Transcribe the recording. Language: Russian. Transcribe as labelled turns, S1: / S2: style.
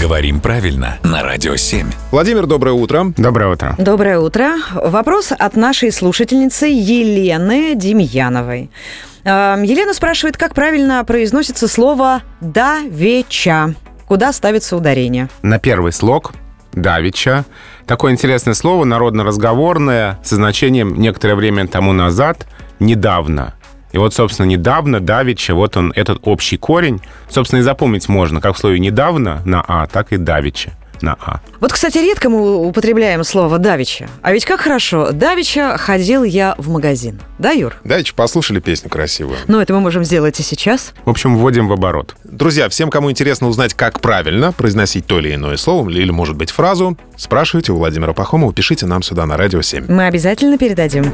S1: Говорим правильно на Радио 7.
S2: Владимир, доброе утро.
S3: Доброе утро.
S4: Доброе утро. Вопрос от нашей слушательницы Елены Демьяновой. Эм, Елена спрашивает, как правильно произносится слово «давеча». Куда ставится ударение?
S3: На первый слог Давича. Такое интересное слово, народно-разговорное, со значением некоторое время тому назад, недавно. И вот, собственно, недавно, давича, вот он, этот общий корень. Собственно, и запомнить можно, как в слове «недавно» на «а», так и «давича» на «а».
S4: Вот, кстати, редко мы употребляем слово «давича». А ведь как хорошо. Давича ходил я в магазин. Да, Юр?
S2: Давайте послушали песню красивую.
S4: Ну, это мы можем сделать и сейчас.
S3: В общем, вводим в оборот.
S2: Друзья, всем, кому интересно узнать, как правильно произносить то или иное слово или, может быть, фразу, спрашивайте у Владимира Пахомова, пишите нам сюда на Радио 7.
S4: Мы обязательно передадим.